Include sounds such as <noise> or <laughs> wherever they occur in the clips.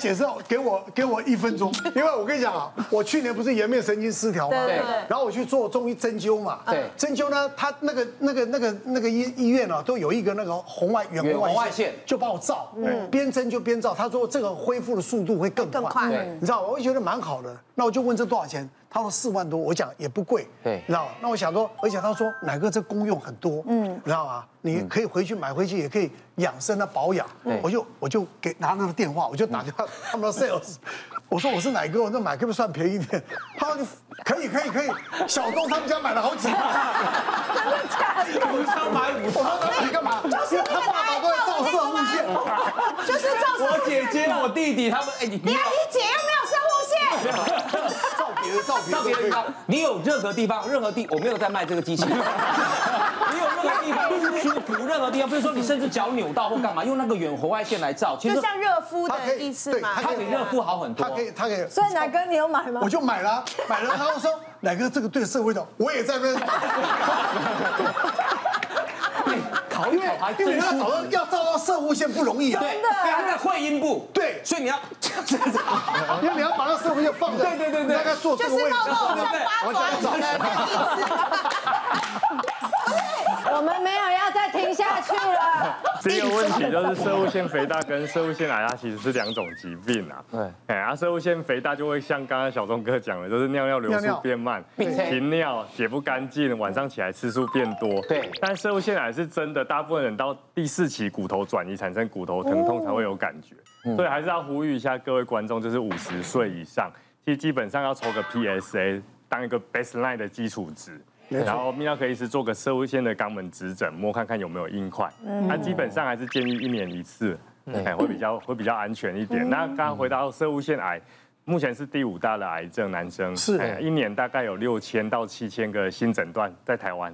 解释，给我给我一分钟，因为我跟你讲啊，我去年不是颜面神经失调嘛，对对然后我去做中医针灸嘛，对针灸呢，他那个那个那个那个医医院呢、啊都有一个那个红外远远红红外外线线，就帮我照，边针灸边照，他说这个恢复的速度会更更快快对，你知道，我就觉得蛮好的。那我就问这多少钱，他说四万多，我讲也不贵，对你知道吗？那我想说，而且他说奶哥这功用很多，嗯，你知道吗？你可以回去买回去，也可以养生啊保养对。我就我就给拿那个电话，我就打电话他们的 sales，我说我是奶哥，我这买可不可以算便宜一点？他说你可以可以可以，小东他们家买了好几个，五张买五我说他买干嘛？因为他爸爸都在照射物线。就是照射我姐姐、我弟弟他们，哎，你你你看你姐又没有啊生物线，照别的照别到的别别的地方，你有任何地方、任何地，我没有在卖这个机器。你有 <laughs> 任何地方不舒服，任何地方，比如说你甚至脚扭到或干嘛，用那个远红外线来照，其实就像热敷他可的以意思嘛。对它比热敷好很多他。可以他可以，所以奶哥你有买吗我？就买了啊，买了。他就说奶哥这个对社会的，我也在那边哎烤一因为烤还因为真要找舒服。到要照到射物线不容易啊，对，它在会阴部。对所以你要 <laughs> 这样子。因为你要把那射物线放在对对对对大概坐这就个是位置闹到上，我像八爪鱼的那个意思。我们没有要再听下去 <laughs> 了。第一个问题就是射物腺肥大跟射物腺癌它其实是两种疾病啊。对哎，啊，射物腺肥大就会像刚刚小钟哥讲的，就是尿尿流尿尿速变慢，并且频尿、血不干净，晚上起来次数变多。对但射物腺癌是真的，大部分人到第四期骨头转移产生骨头疼痛才会有感觉，所以还是要呼吁一下各位观众，就是五十岁以上，其实基本上要抽个 PSA 当一个 baseline 的基础值。然后泌尿科医师做个射物线的肛门指诊，摸看看有没有硬块。那、基本上还是建议一年一次，哎，会比较会比较安全一点。那刚刚回到射物腺癌，目前是第五大的癌症，男生是哎一年大概有六千到七千个新诊断在台湾。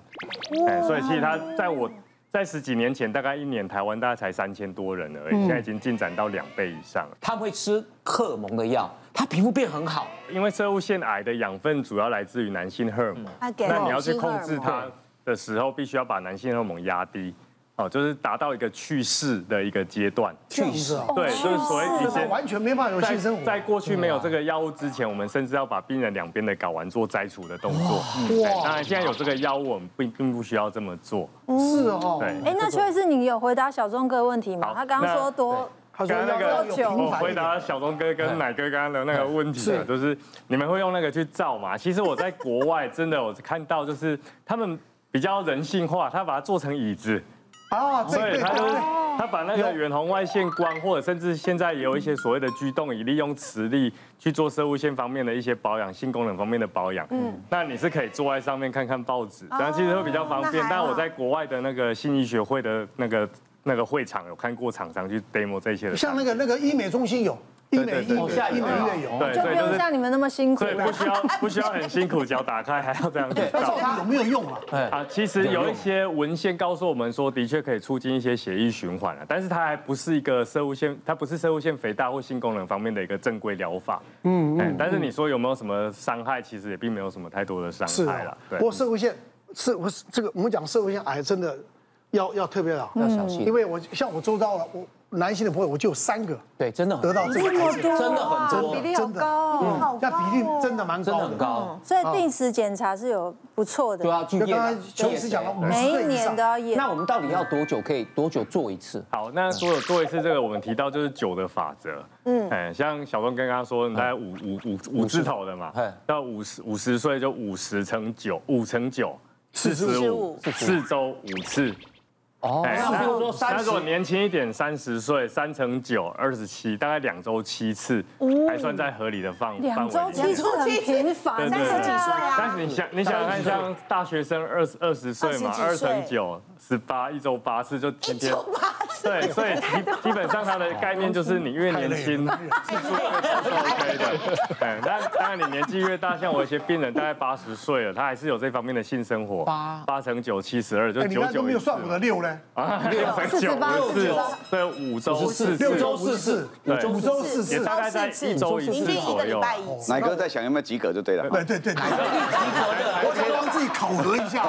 哎，所以其实他在我在十几年前，大概一年台湾大概才三千多人而已，现在已经进展到两倍以上了。他会吃荷尔蒙的药，他皮肤变很好。因为射物腺癌的养分主要来自于男性荷尔蒙，它给那你要男去性荷尔控蒙制它的时候，必须要把男性荷尔蒙压低，哦，就是达到一个去世的一个阶段。这样子啊，哦对，就是所谓这以个前完全没办法有在性生活。在过去没有这个药物之前，我们甚至要把病人两边的睾丸做摘除的动作。哇！当然现在有这个药物，我们并并不需要这么做。是哦，嗯对。哎，那所以是你有回答小钟哥的问题吗好？他刚刚说那多，他说刚刚那要个有平嗯我凡回一点。答小东哥跟奶哥刚刚的那个问题啊，就是你们会用那个去造嘛？其实我在国外真的我看到，就是他们比较人性化，他把它做成椅子，啊，对对，对他对就是对。他把那个远红外线光，或者甚至现在也有一些所谓的居动椅，利用磁力去做生物线方面的一些保养、性功能方面的保养。嗯，那你是可以坐在上面看看报纸，然后其实会比较方便那还。好但我在国外的那个性医学会的那个那个会场有看过厂商去 demo 这些的像产那品，个那个医美中心有，医美对对医对美对对医美医美有，对，就所不以就用是像你们那么辛苦所以不 <laughs> 需要不需要很辛苦，脚打开还要这样子但是照它有没有用啊？哎，啊。其实有一些文献告诉我们说，的确可以促进一些血液循环啊，但是它还不是一个生物腺，它不是生物腺肥大或性功能方面的一个正规疗法。嗯嗯。但是你说有没有什么伤害？其实也并没有什么太多的伤是害啊了。，不过社会线是我是这个我们讲社会线癌真的要要特别好，嗯要小心因为我像我周遭了，我男性的朋友我就有三个对，真的很得到这个癌症，真的很多嗯比，例好高哦，那比例真的蛮真的高很的。高。所以定时检查是有不错的对。啊，去就验刚啊刚。邱医师讲了，五十每一岁以年上都。要验。那我们到底要多久可以多久做一次？好，那所有做一次这个，我们提到就是九的法则。嗯，哎，像小东刚刚说，你大概五五五五字头的嘛哎，到五十五十岁就五十乘九，五乘九。四十五，四周五次。哦，哎那比如说那三十如果年轻一点，三十岁，三乘九，二十七，大概两周七次，还算在合理的范范两围周里面期。是很频繁对对对三十几岁啊但是你想，你想看，像大学生二十二十岁嘛，二二十几岁乘九十八，一周八次，就天天。八次对，所以基基本上它的概念就是你越年轻，次数越多是 OK 的。嗯，但当然你年纪越大，像我一些病人大概八十岁了，他还是有这方面的性生活，八八乘九七十二，就哎，你九刚才都九没有算我的六呢，啊，六乘四十九八五四十次八，对，五周四六次，周四次，对五周四也次，大概在一周一平次均一左个礼右。拜一次。奶哥在想有没有及格就对了。对对对对， <laughs> 我想帮自己考核一下。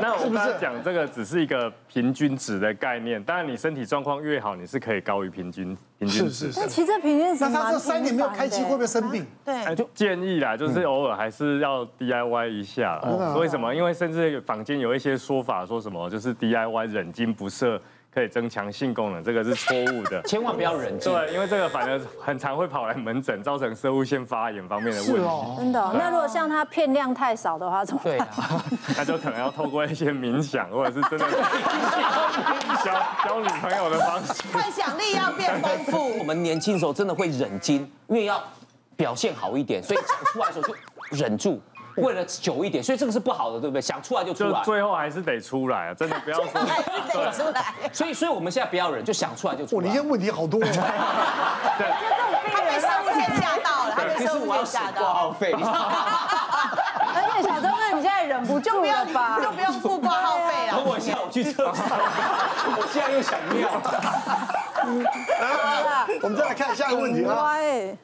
那我刚刚讲这个只是一个平均值的概念，当然你身体状况越好，你是可以高于平均平均是值是的。是那。其实这平均值那蛮他这三年没有频繁的嗯开机会不会生病？哎对，建议啦，嗯就是偶尔还是要 DIY 一下啊啦。为什么？因为甚至坊间有一些说法，说什么就是 DIY 忍精不射可以增强性功能，这个是错误的。千万不要忍住。对，因为这个反而很常会跑来门诊，造成射物腺发炎方面的是问题。哦，真的哦。那如果像他片量太少的话，怎么办？对啊，那就可能要透过一些冥想，或者是 <laughs> 真的交交女朋友的方式。幻想力要变丰我 <laughs> 富。们年轻的时候真的会忍精，因为要表现好一点，所以想出来的时候就忍住，为了久一点，所以这个是不好的，对不对？想出来就出就来。最后还是得出来啊，真的不要说。还是得出来，哎所以，所以我们现在不要忍，就想出来就出哇，你来今。天问题好多哦。 <laughs> 他被生物线吓到了，他被其实生物我要线省吓挂到了，号费，你知道吗？而且小钟哥，你现在忍不就住不要了吧就？不用付挂号费等 <laughs> 了。我一下，我去厕所。我现在又想尿。我们再来看下一个问题啊，乖。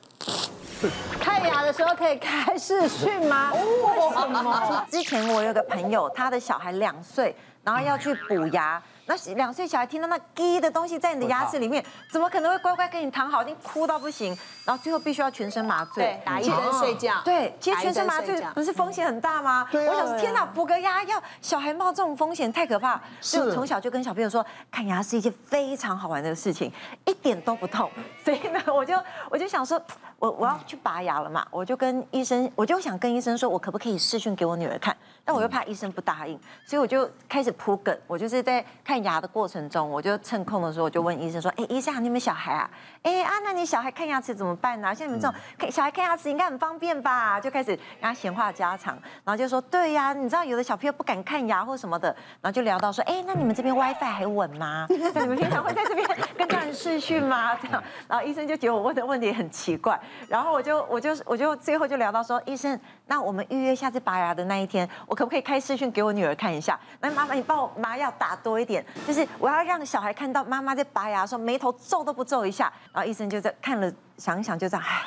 看牙的时候可以开视讯吗？为什么？之前我有个朋友，他的小孩两岁，然后要去补牙。那两岁小孩听到那“滴”的东西在你的牙齿里面，怎么可能会乖乖跟你躺好？一定哭到不行，然后最后必须要全身麻醉对，，打一针睡觉。对，其实打一全针身麻睡醉觉不是风险很大吗？对啊我想说天哪，补个牙要小孩冒这种风险太可怕。所以我从小就跟小朋友说，看牙是一件非常好玩的事情，一点都不痛。所以呢，我就我就想说，我我要去拔牙了嘛，我就跟医生，我就想跟医生说，我可不可以视讯给我女儿看？但嗯我又怕医生不答应，所以我就开始铺梗。我就是在看牙的过程中，我就趁空的时候，我就问医生说：“哎，医生啊，你有没有小孩啊？哎啊，那你小孩看牙齿怎么办呢、啊？像你嗯们这种看小孩看牙啊齿应该很方便吧？”就开始跟他闲话家常，然后就说：“对呀、你知道有的小朋友不敢看牙或什么的。”然后就聊到说：“哎，那你们这边 WiFi 还稳吗？那你们平常会在这边跟家人视讯吗？”这样，然后医生就觉得我问的问题很奇怪，然后我就我就我就最后就聊到说：“医生，那我们预约下次拔牙的那一天，我可不可以开视讯给我女儿看一下？那妈妈，你帮我麻药打多一点，就是我要让小孩看到妈妈在拔牙的时候眉头皱都不皱一下。然后医生就在看了想一想，就这样，唉。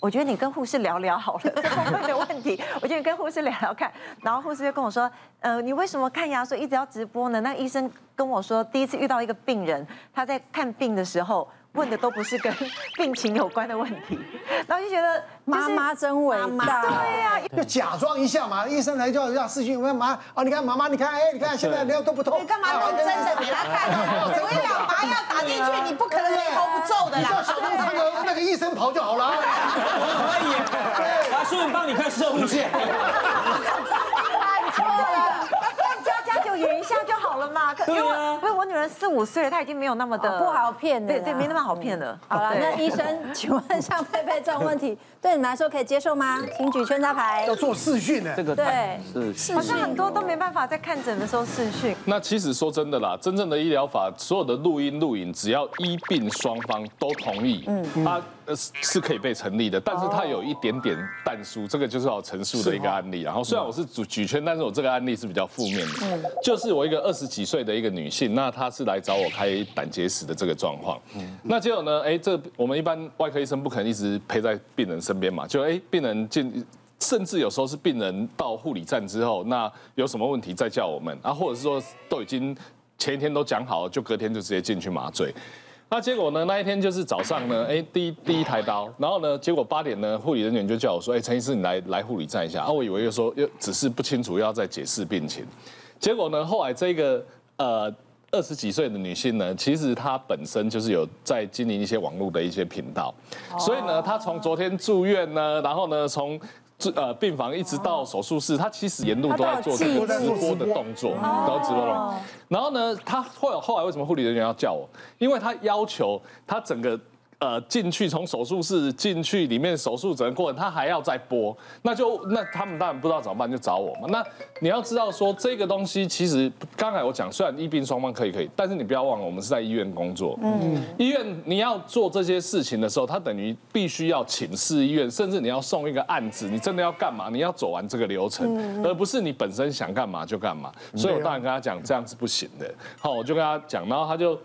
我觉得你跟护士聊聊好了， <laughs> 这方面的问题，我觉得你跟护士聊聊看。然后护士就跟我说，呃，你为什么看牙说一直要直播呢？那医生跟我说，第一次遇到一个病人，他在看病的时候问的都不是跟 <laughs> 病情有关的问题，然后就觉得就是妈妈真伟大。对呀、就假装一下嘛，医生来叫叫视讯，我要妈啊，你看妈妈，你看哎，你看现在人家都不痛，你干嘛弄真的给他看？我跟你讲，麻药打进去，你不可能眉头不皱的你叫啦。小东穿个那个医生袍就好了啊。可以耶。来，顺便帮你看射物线。那教家酒演一下就好了嘛。可对啊因为我因为我女儿四五岁了，她已经没有那么的哦不好骗的啦嗯对对，没那么好骗了。好了，对那医生，请问像佩佩这种问题，对你们来说可以接受吗？请举圈插牌要。做视讯呢这，个对，是好像很多都没办法在看诊的时候视讯。那其实说真的啦，真正的医疗法，所有的录音录影，只要医病双方都同意，嗯，它呃是是可以被成立的。但是它有一点点淡疏，这个就是哦要陈述的一个案例。然后虽然我是举举圈，但是我这个案例是比较负面的，就是我一个二十几岁的一个女性，那她是来找我开胆结石的这个状况。那结果呢，哎，这我们一般外科医生不可能一直陪在病人身边嘛，就哎病人进。甚至有时候是病人到护理站之后，那有什么问题再叫我们啊，或者是说都已经前一天都讲好了，就隔天就直接进去麻醉。那结果呢？那一天就是早上呢，哎，第一第一台刀，然后呢，结果八点呢，护理人员就叫我说，哎，陈医师，你来来护理站一下啊。我以为又说又只是不清楚，又要再解释病情。结果呢，后来这个呃二十几岁的女性呢，其实她本身就是有在经营一些网络的一些频道，所以呢，她从昨天住院呢，然后呢，从住呃病房一直到手术室，她其实沿路都在做她这都有个记直录播的动作，都直播了。然后呢，她后来后来为什么护理人员要叫我？因为她要求她整个。呃，进去从手术室进去里面手术整个过程，他还要再播，那就那他们当然不知道怎么办，就找我嘛。那你要知道说这个东西其实刚才我讲，虽然医病双方可以可以，但是你不要忘了，我们是在医院工作，嗯，医院你要做这些事情的时候，他等于必须要请示医院，甚至你要送一个案子，你真的要干嘛？你要走完这个流程，而不是你本身想干嘛就干嘛。所以我当然跟他讲这样是不行的，好，我就跟他讲，然后他就。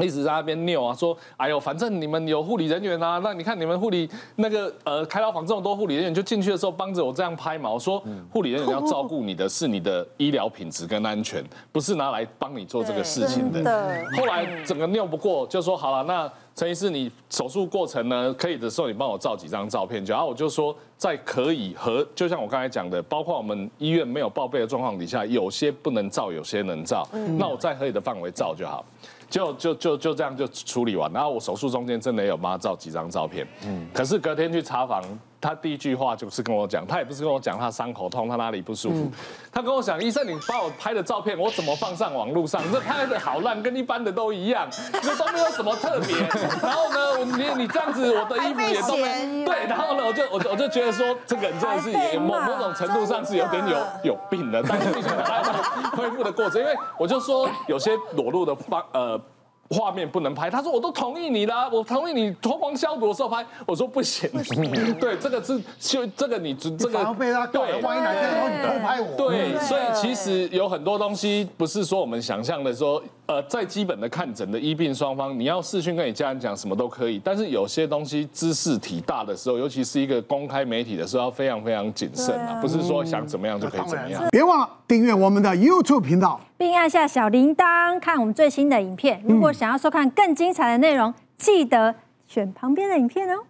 一直在那边拗啊，说，哎呦，反正你们有护理人员啊，那你看你们护理那个呃开刀房这么多护理人员，就进去的时候帮着我这样拍嘛。我说，护理人员要照顾你的是你的医疗品质跟安全，不是拿来帮你做这个事情的。后来整个拗不过，就说好了，那陈医师你手术过程呢，可以的时候你帮我照几张照片就好。然后我就说，在可以和就像我刚才讲的，包括我们医院没有报备的状况底下，有些不能照，有些能照，那我在可以的范围照就好。就就就就这样就处理完，然后我手术中间真的有帮他照几张照片，嗯，可是隔天去查房，他第一句话就是跟我讲，他也不是跟我讲他伤口痛，他哪里不舒嗯服，他跟我讲，医生你把我拍的照片我怎么放上网络上？这拍的好烂，跟一般的都一样，这都没有什么特别。然后呢，我你你这样子，我的衣服也都还被没嫌对，然后呢，我就我就我就觉得说，这个人真的是也某某种程度上是有点有有病的，但是必须得按照恢复的过程，因为我就说有些裸露的方呃。画面不能拍，他说我都同意你啦，我同意你脱光消毒的时候拍，我说不行，对，这个是就这个你这这然个后被他告了，对万一哪天说你偷拍我，对，所以其实有很多东西不是说我们想象的说，呃，在基本的看诊的医病双方，你要视讯跟你家人讲什么都可以，但是有些东西知识体大的时候，尤其是一个公开媒体的时候，要非常非常谨慎啊，不是说想怎么样就可以当怎么然样。了别忘了订阅我们的 YouTube 频道。并按下小铃铛看我们最新的影片。如果想要收看更精彩的内容，记得选旁边的影片哦。